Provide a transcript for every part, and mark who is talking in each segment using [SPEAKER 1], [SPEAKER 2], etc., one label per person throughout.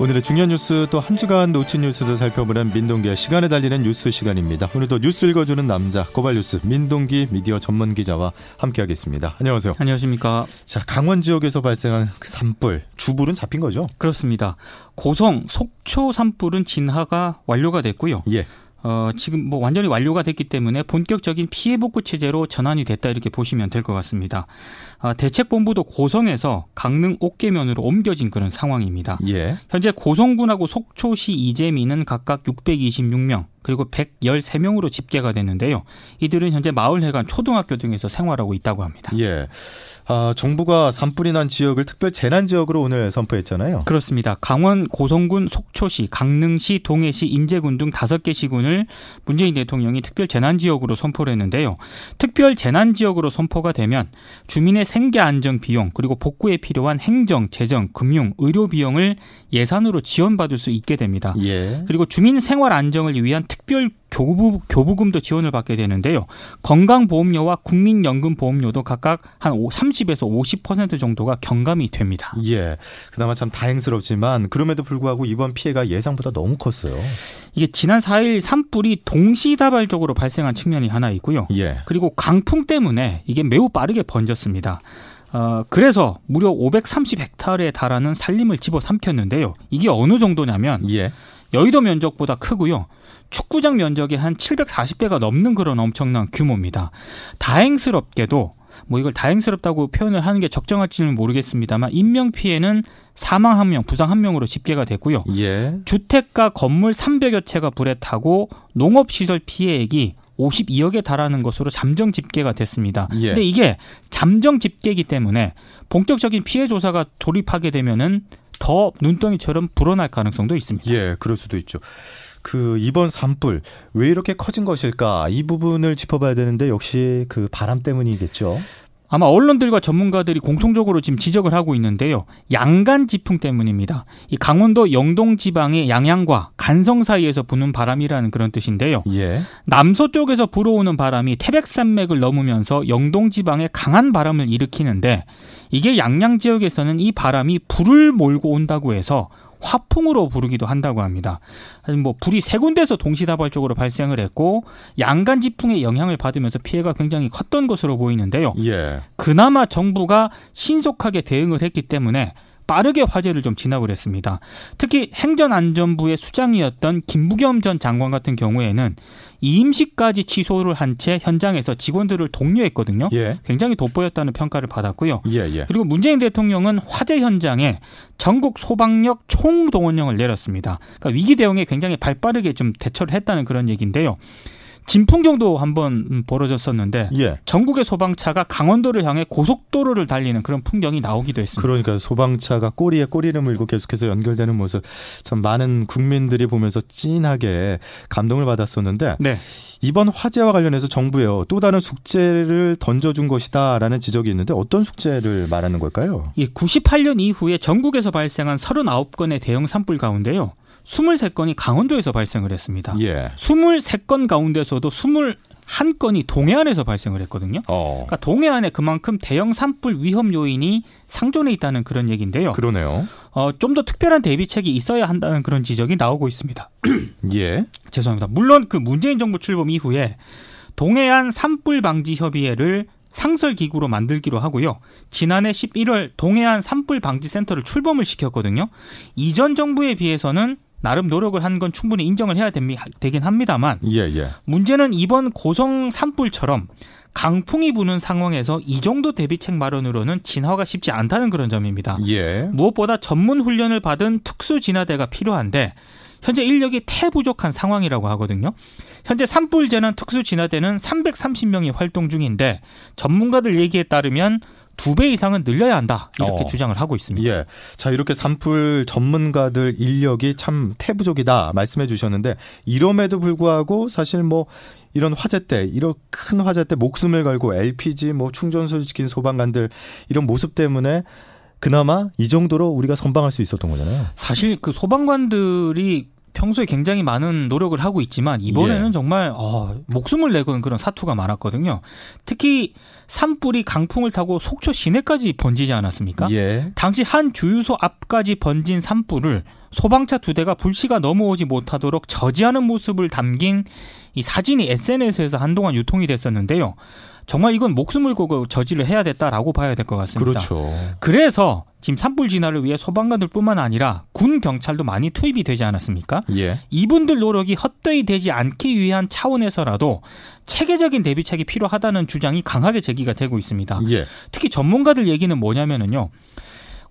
[SPEAKER 1] 오늘의 중요한 뉴스 또 한 주간 놓친 뉴스도 살펴보는 민동기의 시간에 달리는 뉴스 시간입니다. 오늘도 뉴스 읽어주는 남자 고발 뉴스 민동기 미디어 전문 기자와 함께하겠습니다. 안녕하세요.
[SPEAKER 2] 안녕하십니까.
[SPEAKER 1] 자 강원 지역에서 발생한 그 산불 주불은 잡힌 거죠?
[SPEAKER 2] 그렇습니다. 고성 속초 산불은 진화가 완료가 됐고요.
[SPEAKER 1] 예.
[SPEAKER 2] 어, 지금 뭐 완전히 완료가 됐기 때문에 본격적인 피해 복구 체제로 전환이 됐다 이렇게 보시면 될 것 같습니다. 아, 대책본부도 고성에서 강릉 옥계면으로 옮겨진 그런 상황입니다.
[SPEAKER 1] 예.
[SPEAKER 2] 현재 고성군하고 속초시 이재민은 각각 626명 그리고 113명으로 집계가 됐는데요. 이들은 현재 마을회관 초등학교 등에서 생활하고 있다고 합니다.
[SPEAKER 1] 예. 아, 정부가 산불이 난 지역을 특별 재난 지역으로 오늘 선포했잖아요.
[SPEAKER 2] 그렇습니다. 강원 고성군 속초시 강릉시 동해시 인제군 등 다섯 개 시군을 문재인 대통령이 특별 재난 지역으로 선포를 했는데요. 특별 재난 지역으로 선포가 되면 주민의 생계 안정 비용 그리고 복구에 필요한 행정, 재정, 금융, 의료 비용을 예산으로 지원받을 수 있게 됩니다.
[SPEAKER 1] 예.
[SPEAKER 2] 그리고 주민 생활 안정을 위한 특별 교부, 교부금도 지원을 받게 되는데요. 건강보험료와 국민연금보험료도 각각 한 30에서 50% 정도가 경감이 됩니다.
[SPEAKER 1] 예. 그나마 참 다행스럽지만 그럼에도 불구하고 이번 피해가 예상보다 너무 컸어요.
[SPEAKER 2] 이게 지난 4일 산불이 동시다발적으로 발생한 측면이 하나 있고요.
[SPEAKER 1] 예.
[SPEAKER 2] 그리고 강풍 때문에 이게 매우 빠르게 번졌습니다. 어, 그래서 무려 530헥타르에 달하는 산림을 집어삼켰는데요. 이게 어느 정도냐면
[SPEAKER 1] 예.
[SPEAKER 2] 여의도 면적보다 크고요. 축구장 면적의 한 740배가 넘는 그런 엄청난 규모입니다. 다행스럽게도 뭐 이걸 다행스럽다고 표현을 하는 게 적정할지는 모르겠습니다만 인명 피해는 사망 한 명, 부상 한 명으로 집계가 됐고요.
[SPEAKER 1] 예.
[SPEAKER 2] 주택가 건물 300여 채가 불에 타고 농업시설 피해액이 52억에 달하는 것으로 잠정 집계가 됐습니다.
[SPEAKER 1] 예.
[SPEAKER 2] 근데 이게 잠정 집계이기 때문에 본격적인 피해 조사가 돌입하게 되면은 더 눈덩이처럼 불어날 가능성도 있습니다.
[SPEAKER 1] 예, 그럴 수도 있죠. 그 이번 산불 왜 이렇게 커진 것일까? 이 부분을 짚어봐야 되는데 역시 그 바람 때문이겠죠.
[SPEAKER 2] 아마 언론들과 전문가들이 공통적으로 지금 지적을 하고 있는데요. 양간 지풍 때문입니다. 이 강원도 영동 지방의 양양과 간성 사이에서 부는 바람이라는 그런 뜻인데요.
[SPEAKER 1] 예.
[SPEAKER 2] 남서 쪽에서 불어오는 바람이 태백산맥을 넘으면서 영동 지방에 강한 바람을 일으키는데 이게 양양 지역에서는 이 바람이 불을 몰고 온다고 해서 화풍으로 부르기도 한다고 합니다. 아니, 뭐 불이 세 군데서 동시다발적으로 발생을 했고 양간 지풍의 영향을 받으면서 피해가 굉장히 컸던 것으로 보이는데요.
[SPEAKER 1] 예.
[SPEAKER 2] 그나마 정부가 신속하게 대응을 했기 때문에 빠르게 화제를 좀 진압을 했습니다. 특히 행정안전부의 수장이었던 김부겸 전 장관 같은 경우에는 이임식까지 취소를 한 채 현장에서 직원들을 독려했거든요.
[SPEAKER 1] 예.
[SPEAKER 2] 굉장히 돋보였다는 평가를 받았고요.
[SPEAKER 1] 예, 예.
[SPEAKER 2] 그리고 문재인 대통령은 화재 현장에 전국 소방력 총동원령을 내렸습니다. 그러니까 위기 대응에 굉장히 발빠르게 좀 대처를 했다는 그런 얘기인데요. 진풍경도 한번 음, 벌어졌었는데
[SPEAKER 1] 예.
[SPEAKER 2] 전국의 소방차가 강원도를 향해 고속도로를 달리는 그런 풍경이 나오기도 했습니다.
[SPEAKER 1] 그러니까 소방차가 꼬리에 꼬리를 물고 계속해서 연결되는 모습 참 많은 국민들이 보면서 찐하게 감동을 받았었는데
[SPEAKER 2] 네.
[SPEAKER 1] 이번 화재와 관련해서 정부에요 또 다른 숙제를 던져준 것이다라는 지적이 있는데 어떤 숙제를 말하는 걸까요?
[SPEAKER 2] 이 98년 예, 이후에 전국에서 발생한 39건의 대형 산불 가운데요. 23건이 강원도에서 발생을 했습니다.
[SPEAKER 1] 예.
[SPEAKER 2] 23건 가운데서도 21건이 동해안에서 발생을 했거든요.
[SPEAKER 1] 어.
[SPEAKER 2] 그러니까 동해안에 그만큼 대형 산불 위험 요인이 상존해 있다는 그런 얘기인데요.
[SPEAKER 1] 그러네요.
[SPEAKER 2] 어, 좀 더 특별한 대비책이 있어야 한다는 그런 지적이 나오고 있습니다.
[SPEAKER 1] 예.
[SPEAKER 2] 죄송합니다. 물론 그 문재인 정부 출범 이후에 동해안 산불 방지 협의회를 상설 기구로 만들기로 하고요. 지난해 11월 동해안 산불 방지 센터를 출범을 시켰거든요. 이전 정부에 비해서는 나름 노력을 한 건 충분히 인정을 해야 됩니, 되긴 합니다만
[SPEAKER 1] 예, 예.
[SPEAKER 2] 문제는 이번 고성 산불처럼 강풍이 부는 상황에서 이 정도 대비책 마련으로는 진화가 쉽지 않다는 그런 점입니다.
[SPEAKER 1] 예.
[SPEAKER 2] 무엇보다 전문 훈련을 받은 특수 진화대가 필요한데 현재 인력이 태부족한 상황이라고 하거든요. 현재 산불 재난 특수 진화대는 330명이 활동 중인데 전문가들 얘기에 따르면 두 배 이상은 늘려야 한다 이렇게
[SPEAKER 1] 어.
[SPEAKER 2] 주장을 하고 있습니다.
[SPEAKER 1] 예. 자, 이렇게 산불 전문가들 인력이 참 태부족이다 말씀해 주셨는데 이럼에도 불구하고 사실 뭐 이런 화재 때, 이런 큰 화재 때 목숨을 걸고 LPG 뭐 충전소 지킨 소방관들 이런 모습 때문에 그나마 이 정도로 우리가 선방할 수 있었던 거잖아요.
[SPEAKER 2] 사실 그 소방관들이 평소에 굉장히 많은 노력을 하고 있지만 이번에는
[SPEAKER 1] 예.
[SPEAKER 2] 정말 어, 목숨을 내건 그런 사투가 많았거든요. 특히 산불이 강풍을 타고 속초 시내까지 번지지 않았습니까?
[SPEAKER 1] 예.
[SPEAKER 2] 당시 한 주유소 앞까지 번진 산불을 소방차 두 대가 불씨가 넘어오지 못하도록 저지하는 모습을 담긴 이 사진이 SNS에서 한동안 유통이 됐었는데요. 정말 이건 목숨을 걸고 저지를 해야 됐다라고 봐야 될 것 같습니다.
[SPEAKER 1] 그렇죠.
[SPEAKER 2] 그래서 지금 산불 진화를 위해 소방관들뿐만 아니라 군 경찰도 많이 투입이 되지 않았습니까?
[SPEAKER 1] 예.
[SPEAKER 2] 이분들 노력이 헛되이 되지 않기 위한 차원에서라도 체계적인 대비책이 필요하다는 주장이 강하게 제기가 되고 있습니다.
[SPEAKER 1] 예.
[SPEAKER 2] 특히 전문가들 얘기는 뭐냐면은요.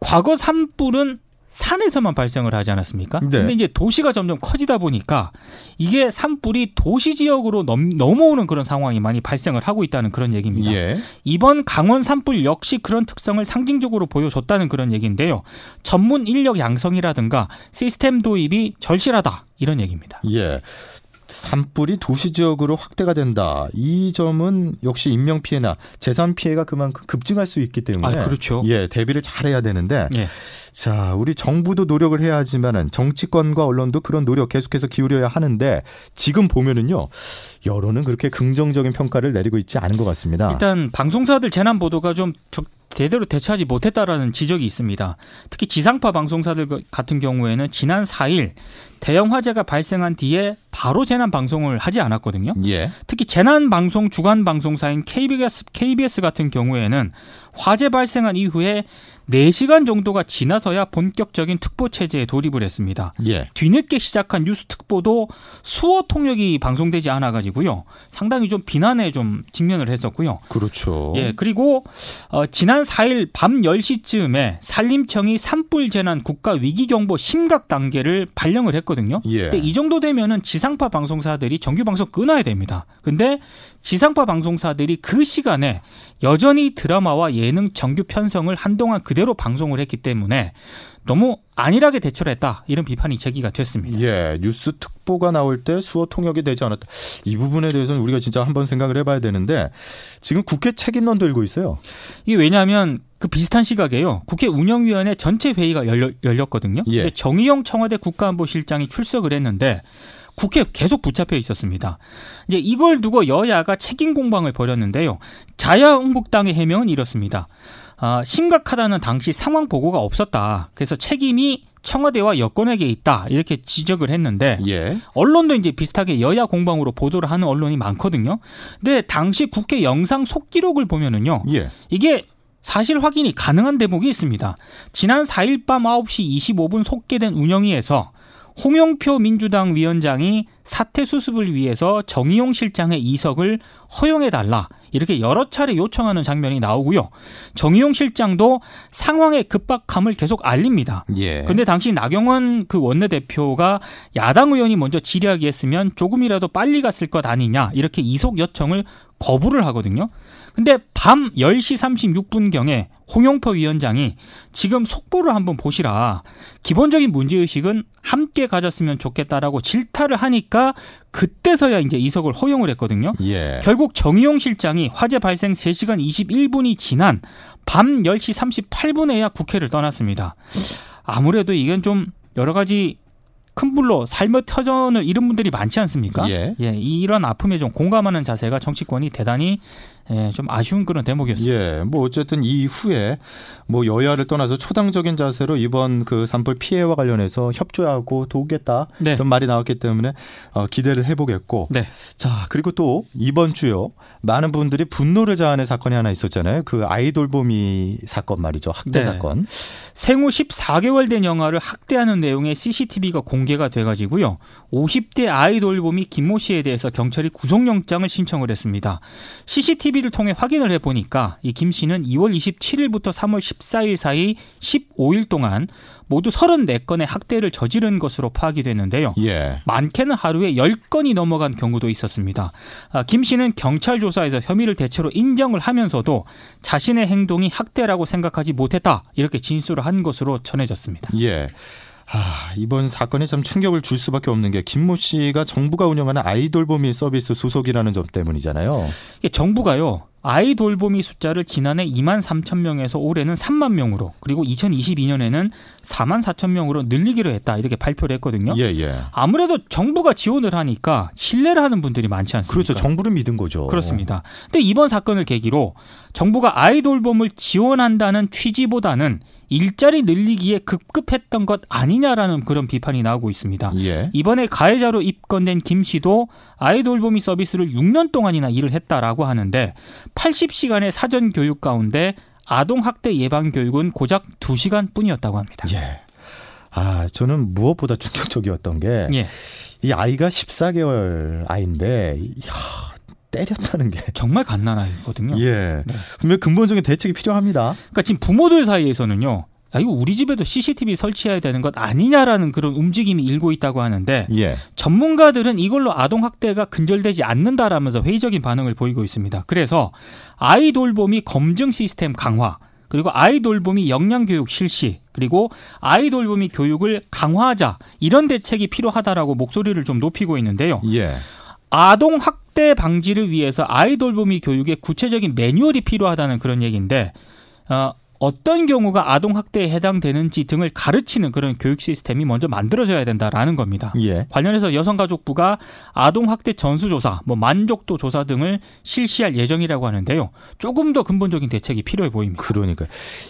[SPEAKER 2] 과거 산불은 산에서만 발생을 하지 않았습니까?
[SPEAKER 1] 네.
[SPEAKER 2] 근데 이제 도시가 점점 커지다 보니까 이게 산불이 도시 지역으로 넘, 넘어오는 그런 상황이 많이 발생을 하고 있다는 그런 얘기입니다.
[SPEAKER 1] 예.
[SPEAKER 2] 이번 강원 산불 역시 그런 특성을 상징적으로 보여줬다는 그런 얘기인데요. 전문 인력 양성이라든가 시스템 도입이 절실하다 이런 얘기입니다.
[SPEAKER 1] 예. 산불이 도시 지역으로 확대가 된다. 이 점은 역시 인명 피해나 재산 피해가 그만큼 급증할 수 있기 때문에
[SPEAKER 2] 아 그렇죠.
[SPEAKER 1] 예, 대비를 잘해야 되는데
[SPEAKER 2] 예.
[SPEAKER 1] 자, 우리 정부도 노력을 해야 하지만은 정치권과 언론도 그런 노력 계속해서 기울여야 하는데 지금 보면은요. 여론은 그렇게 긍정적인 평가를 내리고 있지 않은 것 같습니다.
[SPEAKER 2] 일단 방송사들 재난 보도가 좀 적- 제대로 대처하지 못했다라는 지적이 있습니다. 특히 지상파 방송사들 그- 같은 경우에는 지난 4일 대형 화재가 발생한 뒤에 바로 재난 방송을 하지 않았거든요.
[SPEAKER 1] 예.
[SPEAKER 2] 특히 재난 방송 주간 방송사인 KBS KBS 같은 경우에는 화재 발생한 이후에 4시간 정도가 지나서야 본격적인 특보 체제에 돌입을 했습니다.
[SPEAKER 1] 예.
[SPEAKER 2] 뒤늦게 시작한 뉴스 특보도 수어 통역이 방송되지 않아 가지고요. 상당히 좀 비난에 좀 직면을 했었고요.
[SPEAKER 1] 그렇죠.
[SPEAKER 2] 예, 그리고 어, 지난 4일 밤 10시쯤에 산림청이 산불 재난 국가 위기 경보 심각 단계를 발령을 했거든요.
[SPEAKER 1] 예.
[SPEAKER 2] 근데 이 정도 되면은 지상파 방송사들이 정규 방송 끊어야 됩니다. 근데 지상파 방송사들이 그 시간에 여전히 드라마와 예능 정규 편성을 한동안 그대로 방송을 했기 때문에 너무 안일하게 대처를 했다 이런 비판이 제기가 됐습니다.
[SPEAKER 1] 예, 뉴스 특보가 나올 때 수어 통역이 되지 않았다. 이 부분에 대해서는 우리가 진짜 한번 생각을 해봐야 되는데 지금 국회 책임론 들고 있어요.
[SPEAKER 2] 이게 왜냐하면 그 비슷한 시각에요. 국회 운영위원회 전체 회의가 열렸거든요
[SPEAKER 1] 예.
[SPEAKER 2] 근데 정의용 청와대 국가안보실장이 출석을 했는데 국회 계속 붙잡혀 있었습니다. 이제 이걸 두고 여야가 책임 공방을 벌였는데요. 자유한국당의 해명은 이렇습니다. 아, 심각하다는 당시 상황 보고가 없었다. 그래서 책임이 청와대와 여권에게 있다. 이렇게 지적을 했는데
[SPEAKER 1] 예,
[SPEAKER 2] 언론도 이제 비슷하게 여야 공방으로 보도를 하는 언론이 많거든요. 근데 당시 국회 영상 속기록을 보면은요.
[SPEAKER 1] 예,
[SPEAKER 2] 이게 사실 확인이 가능한 대목이 있습니다. 지난 4일 밤 9시 25분 속개된 운영위에서 홍영표 민주당 위원장이 사태 수습을 위해서 정의용 실장의 이석을 허용해달라 이렇게 여러 차례 요청하는 장면이 나오고요. 정의용 실장도 상황의 급박함을 계속 알립니다.
[SPEAKER 1] 예.
[SPEAKER 2] 근데 당시 나경원 그 원내대표가 야당 의원이 먼저 질의하기 했으면 조금이라도 빨리 갔을 것 아니냐 이렇게 이속 요청을 거부를 하거든요. 근데 밤 10시 36분경에 홍영표 위원장이 지금 속보를 한번 보시라. 기본적인 문제의식은 함께 가졌으면 좋겠다라고 질타를 하니까 그때서야 이제 이석을 허용을 했거든요.
[SPEAKER 1] 예,
[SPEAKER 2] 결국 정의용 실장이 화재 발생 3시간 21분이 지난 밤 10시 38분에야 국회를 떠났습니다. 아무래도 이건 좀 여러 가지 큰 불로 삶의 터전을 잃은 분들이 많지 않습니까?
[SPEAKER 1] 예.
[SPEAKER 2] 이- 이런 아픔에 좀 공감하는 자세가 정치권이 대단히 예, 좀 아쉬운 그런 대목이었습니다.
[SPEAKER 1] 예, 뭐 어쨌든 이 이후에 뭐 여야를 떠나서 초당적인 자세로 이번 그 산불 피해와 관련해서 협조하고 도우겠다
[SPEAKER 2] 네.
[SPEAKER 1] 이런 말이 나왔기 때문에 어, 기대를 해보겠고,
[SPEAKER 2] 네.
[SPEAKER 1] 자 그리고 또 이번 주요 많은 분들이 분노를 자아낸 사건이 하나 있었잖아요. 그 아이돌보미 사건 말이죠, 학대
[SPEAKER 2] 네.
[SPEAKER 1] 사건.
[SPEAKER 2] 생후 14개월 된 영아를 학대하는 내용의 CCTV가 공개가 돼가지고요. 50대 아이돌봄이 김모 씨에 대해서 경찰이 구속영장을 신청을 했습니다. CCTV를 통해 확인을 해보니까 이 김 씨는 2월 27일부터 3월 14일 사이 15일 동안 모두 34건의 학대를 저지른 것으로 파악이 됐는데요.
[SPEAKER 1] 예,
[SPEAKER 2] 많게는 하루에 10건이 넘어간 경우도 있었습니다. 아, 김 씨는 경찰 조사에서 혐의를 대체로 인정을 하면서도 자신의 행동이 학대라고 생각하지 못했다 이렇게 진술을 한 것으로 전해졌습니다.
[SPEAKER 1] 예. 아, 이번 사건이 참 충격을 줄 수밖에 없는 게 김모 씨가 정부가 운영하는 아이돌 보미 서비스 소속이라는 점 때문이잖아요.
[SPEAKER 2] 이게 정부가요. 아이 돌봄이 숫자를 지난해 2만 3천 명에서 올해는 3만 명으로 그리고 2022년에는 4만 4천 명으로 늘리기로 했다 이렇게 발표를 했거든요.
[SPEAKER 1] 예, 예.
[SPEAKER 2] 아무래도 정부가 지원을 하니까 신뢰를 하는 분들이 많지 않습니까?
[SPEAKER 1] 그렇죠. 정부를 믿은 거죠.
[SPEAKER 2] 그러니까. 그렇습니다. 근데 이번 사건을 계기로 정부가 아이돌봄을 지원한다는 취지보다는 일자리 늘리기에 급급했던 것 아니냐라는 그런 비판이 나오고 있습니다.
[SPEAKER 1] 예.
[SPEAKER 2] 아, 이번에 가해자로 입건된 김 씨도 아이돌보미 서비스를 6년 동안이나 일을 했다라고 하는데 80시간의 사전 교육 가운데 아동 학대 예방 교육은 고작 2시간뿐이었다고 합니다.
[SPEAKER 1] 예. 아, 저는 무엇보다 충격적이었던 게 이
[SPEAKER 2] 예.
[SPEAKER 1] 아이가 14개월 아이인데 이야, 때렸다는 게
[SPEAKER 2] 정말 갓난아이거든요.
[SPEAKER 1] 예.
[SPEAKER 2] 네.
[SPEAKER 1] 분명 근본적인 대책이 필요합니다.
[SPEAKER 2] 그러니까 지금 부모들 사이에서는요. 아, 이거 우리 집에도 CCTV 설치해야 되는 것 아니냐라는 그런 움직임이 일고 있다고 하는데
[SPEAKER 1] 예.
[SPEAKER 2] 전문가들은 이걸로 아동 학대가 근절되지 않는다라면서 회의적인 반응을 보이고 있습니다. 그래서 아이돌봄이 검증 시스템 강화 그리고 아이돌봄이 역량 교육 실시 그리고 아이돌봄이 교육을 강화하자 이런 대책이 필요하다라고 목소리를 좀 높이고 있는데요.
[SPEAKER 1] 예.
[SPEAKER 2] 아동 학대 방지를 위해서 아이돌봄이 교육에 구체적인 매뉴얼이 필요하다는 그런 얘기인데 어, 어떤 경우가 아동 학대에 해당되는지 등을 가르치는 그런 교육 시스템이 먼저 만들어져야 된다라는 겁니다.
[SPEAKER 1] 예.
[SPEAKER 2] 관련해서 여성가족부가 아동학대 전수조사, 뭐 만족도 조사 등을 실시할 예정이라고 하는데요. 조금 더 근본적인 대책이 필요해 보입니다.
[SPEAKER 1] 그러니까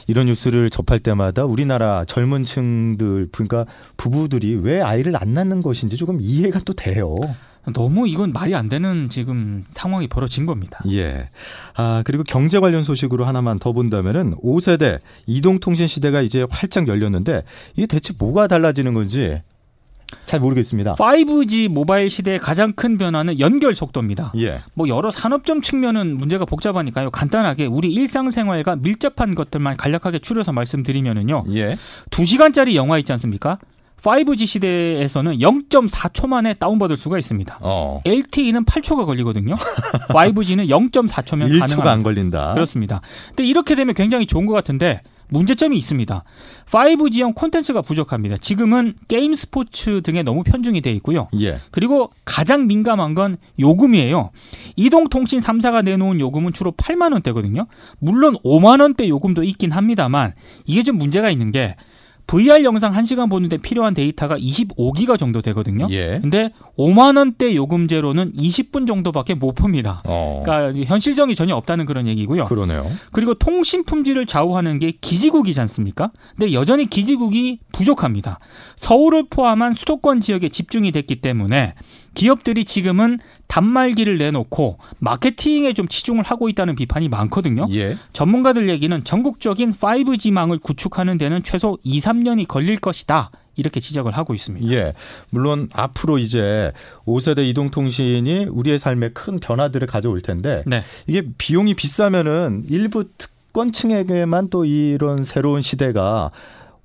[SPEAKER 1] 이런 뉴스를 접할 때마다 우리나라 젊은 층들 그러니까 부부들이 왜 아이를 안 낳는 것인지 조금 이해가 또 돼요.
[SPEAKER 2] 너무 이건 말이 안 되는 지금 상황이 벌어진 겁니다.
[SPEAKER 1] 예. 아, 그리고 경제 관련 소식으로 하나만 더 본다면은 5세대 이동통신 시대가 이제 활짝 열렸는데 이게 대체 뭐가 달라지는 건지 잘 모르겠습니다.
[SPEAKER 2] 5G 모바일 시대의 가장 큰 변화는 연결 속도입니다.
[SPEAKER 1] 예.
[SPEAKER 2] 뭐 여러 산업적 측면은 문제가 복잡하니까요. 간단하게 우리 일상생활과 밀접한 것들만 간략하게 추려서 말씀드리면은요.
[SPEAKER 1] 예.
[SPEAKER 2] 2시간짜리 영화 있지 않습니까? 5G 시대에서는 0.4초 만에 다운받을 수가 있습니다.
[SPEAKER 1] 어.
[SPEAKER 2] LTE는 8초가 걸리거든요. 5G는 0.4초면
[SPEAKER 1] 1초가
[SPEAKER 2] 가능합니다.
[SPEAKER 1] 안 걸린다.
[SPEAKER 2] 그렇습니다. 근데 이렇게 되면 굉장히 좋은 것 같은데 문제점이 있습니다. 5G형 콘텐츠가 부족합니다. 지금은 게임 스포츠 등에 너무 편중이 돼 있고요.
[SPEAKER 1] 예.
[SPEAKER 2] 그리고 가장 민감한 건 요금이에요. 이동통신 3사가 내놓은 요금은 주로 8만 원대거든요. 물론 5만 원대 요금도 있긴 합니다만 이게 좀 문제가 있는 게 VR 영상 1시간 보는데 필요한 데이터가 25기가 정도 되거든요.
[SPEAKER 1] 예.
[SPEAKER 2] 근데 5만 원대 요금제로는 20분 정도밖에 못 봅니다.
[SPEAKER 1] 어.
[SPEAKER 2] 그러니까 현실성이 전혀 없다는 그런 얘기고요.
[SPEAKER 1] 그러네요.
[SPEAKER 2] 그리고 통신 품질을 좌우하는 게 기지국이지 않습니까? 근데 여전히 기지국이 부족합니다. 서울을 포함한 수도권 지역에 집중이 됐기 때문에 기업들이 지금은 단말기를 내놓고 마케팅에 좀 치중을 하고 있다는 비판이 많거든요.
[SPEAKER 1] 예.
[SPEAKER 2] 전문가들 얘기는 전국적인 5G망을 구축하는 데는 최소 2, 3년이 걸릴 것이다. 이렇게 지적을 하고 있습니다.
[SPEAKER 1] 예. 물론 앞으로 이제 5세대 이동통신이 우리의 삶에 큰 변화들을 가져올 텐데
[SPEAKER 2] 네.
[SPEAKER 1] 이게 비용이 비싸면은 일부 특권층에게만 또 이런 새로운 시대가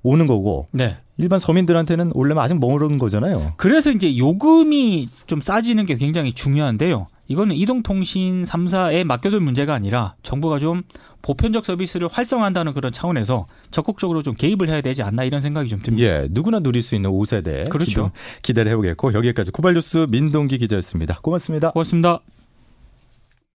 [SPEAKER 1] 오는 거고
[SPEAKER 2] 네.
[SPEAKER 1] 일반 서민들한테는 원래는 아직 모르는 거잖아요.
[SPEAKER 2] 그래서 이제 요금이 좀 싸지는 게 굉장히 중요한데요. 이거는 이동통신 3사에 맡겨둘 문제가 아니라 정부가 좀 보편적 서비스를 활성화한다는 그런 차원에서 적극적으로 좀 개입을 해야 되지 않나 이런 생각이 좀 듭니다.
[SPEAKER 1] 예, 누구나 누릴 수 있는 5세대
[SPEAKER 2] 그렇죠.
[SPEAKER 1] 기대를 해보겠고 여기까지 고발뉴스 민동기 기자였습니다. 고맙습니다.
[SPEAKER 2] 고맙습니다.